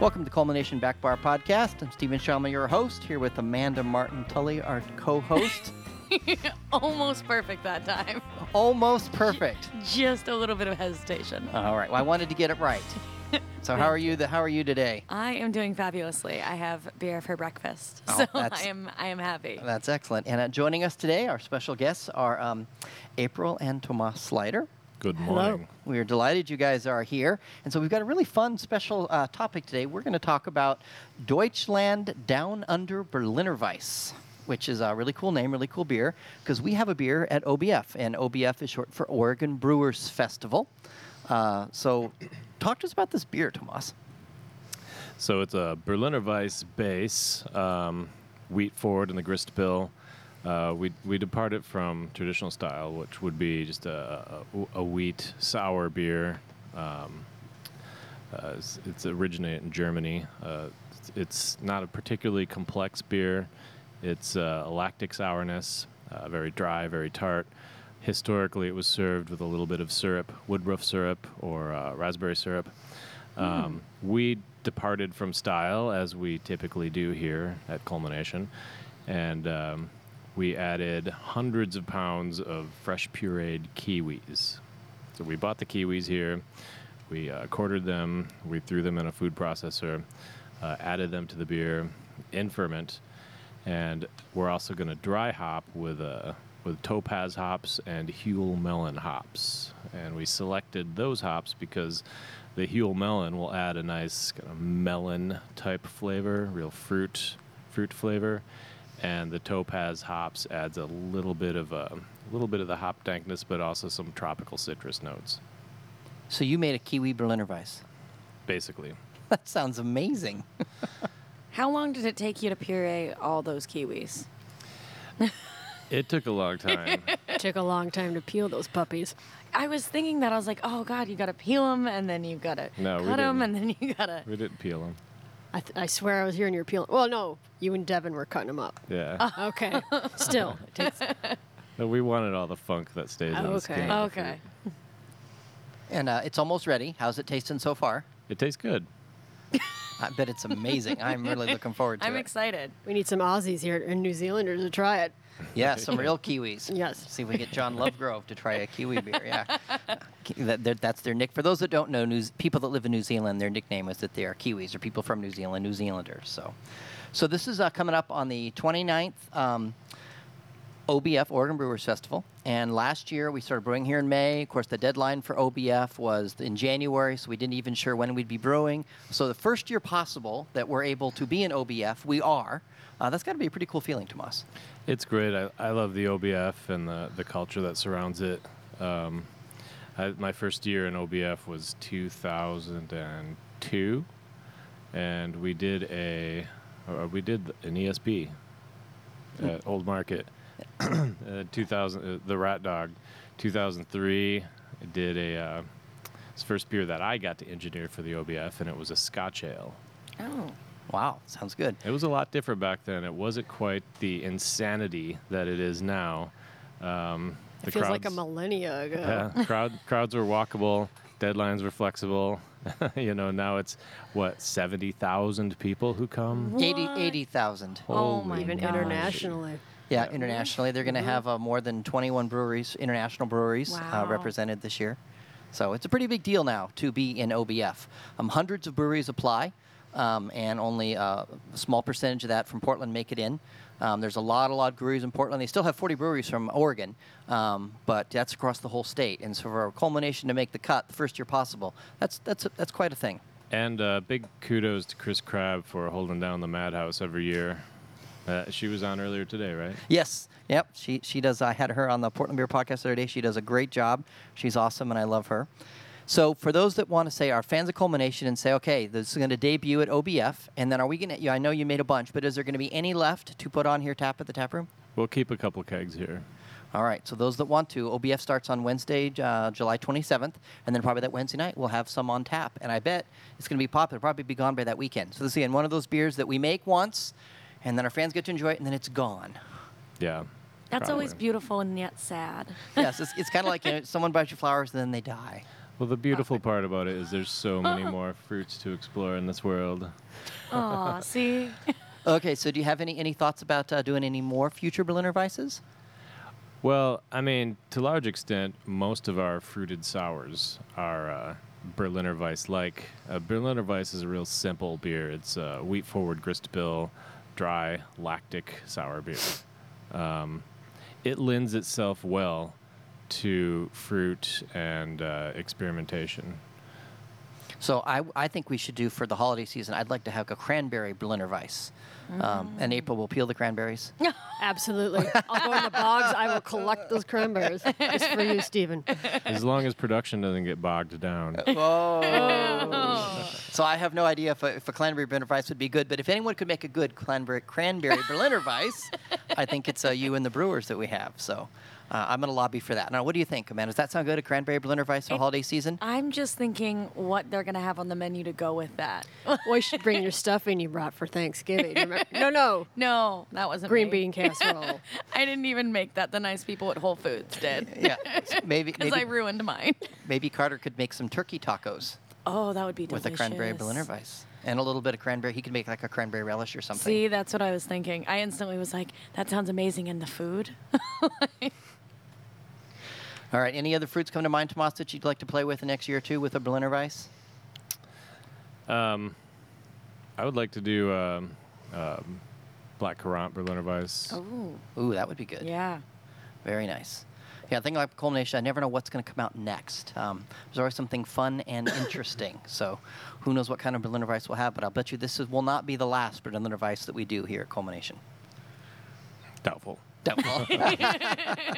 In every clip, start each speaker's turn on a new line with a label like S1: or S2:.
S1: Welcome to Culmination Back Bar Podcast. I'm Stephen Shalma, your host, here with Amanda Martin Tully, our co host.
S2: Almost perfect that time.
S1: Almost perfect.
S2: Just a little bit of hesitation.
S3: Uh.
S1: All right. Well, I wanted to get it right. So how are you? The, how are you today?
S2: I am doing fabulously. I have beer for breakfast,
S1: Oh,
S2: so
S1: that's-
S2: I am I am happy.
S1: That's excellent. And uh, joining us today, our special guests are um, April and Tomas Slider.
S3: Good morning.
S1: We are delighted you guys are here. And so we've got a really fun special uh, topic today. We're going to talk about Deutschland Down Under Berliner Weiss, which is a really cool name, really cool beer, because we have a beer at OBF, and OBF is short for Oregon Brewers Festival. Uh, so talk to us about this beer, Tomas.
S3: So it's a Berliner Weiss base, um, wheat forward in the grist bill. Uh, we we departed from traditional style, which would be just a, a, a wheat sour beer. Um, uh, it's, it's originated in Germany. Uh, it's, it's not a particularly complex beer. It's uh, a lactic sourness, uh, very dry, very tart. Historically, it was served with a little bit of syrup, woodruff syrup or uh, raspberry syrup. Um, We departed from style as we typically do here at Culmination, and um, we added hundreds of pounds of fresh pureed kiwis. So we bought the kiwis here, we uh, quartered them, we threw them in a food processor, uh, added them to the beer in ferment, and we're also going to dry hop with uh, with topaz hops and Huel melon hops. And we selected those hops because the Huel melon will add a nice kind of melon type flavor, real fruit fruit flavor, and the topaz hops adds a little bit of a, a little bit of the hop dankness, but also some tropical citrus notes.
S1: So you made a Kiwi Berliner Weiss.
S3: Basically,
S1: That sounds amazing.
S2: How long did it take you to puree all those kiwis?
S3: it took a long time.
S4: Took a long time to peel those puppies.
S2: I was thinking that I was like, oh God, you gotta peel them, and then you gotta
S3: No, we
S2: cut them, and
S3: didn't.
S2: then you gotta.
S3: we didn't peel them.
S4: I, th- I swear I was hearing your peel. Well, no, you and Devin were cutting them up.
S3: Yeah.
S4: Okay. Still. It takes,
S3: No, we wanted all the funk that stays in the
S4: Okay.
S3: skin.
S4: Oh.
S2: Okay.
S1: And uh, it's almost ready. How's it tasting so far?
S3: It tastes good.
S1: I bet it's amazing. I'm really looking forward to
S2: I'm
S1: it.
S2: excited.
S4: we need some Aussies here and New Zealanders to try it.
S1: Yeah, some real kiwis.
S4: Yes.
S1: See if we get John Lovegrove to try a kiwi beer. Yeah. Ki- that- that- that's their nick. For those that don't know, New- people that live in New Zealand, their nickname is that they are kiwis, or people from New Zealand, New Zealanders. So, so this is uh, coming up on the 29th. Um, OBF, Oregon Brewers Festival. And last year we started brewing here in May. Of course, the deadline for OBF was in January, so we didn't even sure when we'd be brewing. So the first year possible that we're able to be in OBF, we are. Uh, that's got to be a pretty cool feeling, Tomas.
S3: It's great. I, I love the OBF and the, the culture that surrounds it. Um, I, my first year in OBF was 2002, and we did a or we did an ESP at Old Market. uh, 2000, uh, the Rat Dog, 2003 did a uh, it's the first beer that I got to engineer for the OBF, and it was a Scotch ale.
S2: Oh.
S1: Wow, sounds good.
S3: It was a lot different back then. It wasn't quite the insanity that it is now. Um, the
S4: feels like a
S3: crowds-
S4: millennia ago.
S3: yeah, crowd crowds were walkable, deadlines were flexible. you know, now it's what seventy thousand people who come.
S1: Eighty,
S2: What?
S1: eighty thousand.
S2: Oh
S3: Holy
S2: my
S4: Even
S2: gosh.
S4: internationally.
S1: Yeah, internationally, they're going to
S4: Mhm.
S1: have uh, more than 21 breweries, international breweries, uh,
S2: Wow.
S1: represented this year. So it's a pretty big deal now to be in OBF. Um, hundreds of breweries apply, um, and only uh, a small percentage of that from Portland make it in. Um, there's a lot, a lot of breweries in Portland. They still have 40 breweries from Oregon, um, but that's across the whole state. And so for a culmination to make the cut, the first year possible, that's that's that's quite a thing.
S3: And uh, big kudos to Chris Crabb for holding down the madhouse every year. Uh, she was on earlier today, right?
S1: Yes. Yep. She she does. I had her on the Portland Beer Podcast the other day. She does a great job. She's awesome, and I love her. So for those that want to say are fans of Culmination and say, okay, this is going to debut at OBF, and then are we going to? Yeah, I know you made a bunch, but is there going to be any left to put on here? Tap at the tap room.
S3: We'll keep a couple kegs here.
S1: All right. So those that want to, OBF starts on Wednesday, uh, July 27th, and then probably that Wednesday night we'll have some on tap. And I bet it's going to be popular. Probably be gone by that weekend. So this is again one of those beers that we make once, and then our fans get to enjoy it, and then it's gone.
S3: Yeah.
S2: That's always
S3: probably.
S2: beautiful and yet sad.
S1: yes, it's, it's kind of like you know, someone buys you flowers and then they die.
S3: Well, the beautiful part about it is there's so many more fruits to explore in this world.
S2: Aw, see?
S1: Okay, so do you have any, any thoughts about uh, doing any more future Berliner Weisses?
S3: Well, I mean, to a large extent, most of our fruited sours are uh, Berliner Weiss like. Uh, Berliner Weiss is a real simple beer. It's uh, wheat forward grist bill, dry, lactic sour beer. Um, it lends itself well to fruit and uh, experimentation.
S1: So I, I think we should do for the holiday season. I'd like to have a cranberry Berliner Weiss. Um, and April will peel the cranberries.
S4: Absolutely. I'll go in the bogs. I will collect those cranberries. It's for you, Stephen.
S3: As long as production doesn't get bogged down.
S1: So I have no idea if a, if a cranberry Berliner Weiss would be good, but if anyone could make a good cranberry, cranberry Berliner Weiss, I think it's uh, you and the brewers that we have. So uh, I'm going to lobby for that. Now, what do you think, Amanda? Does that sound good, a cranberry Berliner Weiss for holiday season?
S2: I'm just thinking what they're going to have on the menu to go with that.
S4: Well, you should bring your stuff in you brought for Thanksgiving. Remember? No, no.
S2: No, that wasn't
S4: Green
S2: me.
S4: bean casserole.
S2: I didn't even make that. The nice people at Whole Foods did.
S1: yeah, maybe
S2: Because
S1: maybe,
S2: I ruined mine.
S1: maybe Carter could make some turkey tacos
S2: Oh, that would be
S1: with
S2: delicious.
S1: a cranberry Berliner Weiss and a little bit of cranberry. He could make like a cranberry relish or something.
S2: See, that's what I was thinking. I instantly was like, that sounds amazing. And the food?
S1: All right. Any other fruits come to mind, Tomas, that you'd like to play with the next year or two with a Berliner Weiss?
S3: I would like to do um, um, Black Currant Berliner Weiss.
S2: Oh,
S1: Ooh, that would be good.
S2: yeah.
S1: Very nice. Yeah, I think like culmination, I never know what's going to come out next. Um, there's always something fun and interesting. So, who knows what kind of Berliner Weiss we'll have? But I'll bet you this is, will not be the last Berliner Weiss that we do here at Culmination.
S3: Doubtful.
S1: Doubtful.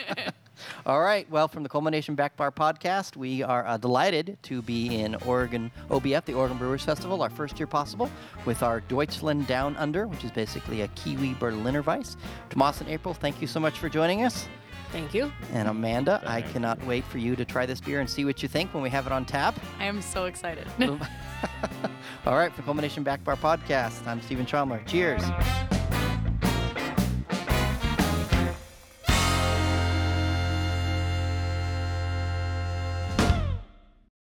S1: All right. Well, from the Culmination Back Bar podcast, we are uh, delighted to be in Oregon OBF, the Oregon Brewers Festival, our first year possible, with our Deutschland Down Under, which is basically a Kiwi Berliner Weiss. Tomas and April, thank you so much for joining us.
S4: Thank you.
S1: And Amanda, I
S3: Thank
S1: cannot wait for you to try this beer and see what you think when we have it on tap.
S2: I am so excited.
S1: All right, for Culmination Back Bar Podcast, I'm Stephen Chalmers. Cheers.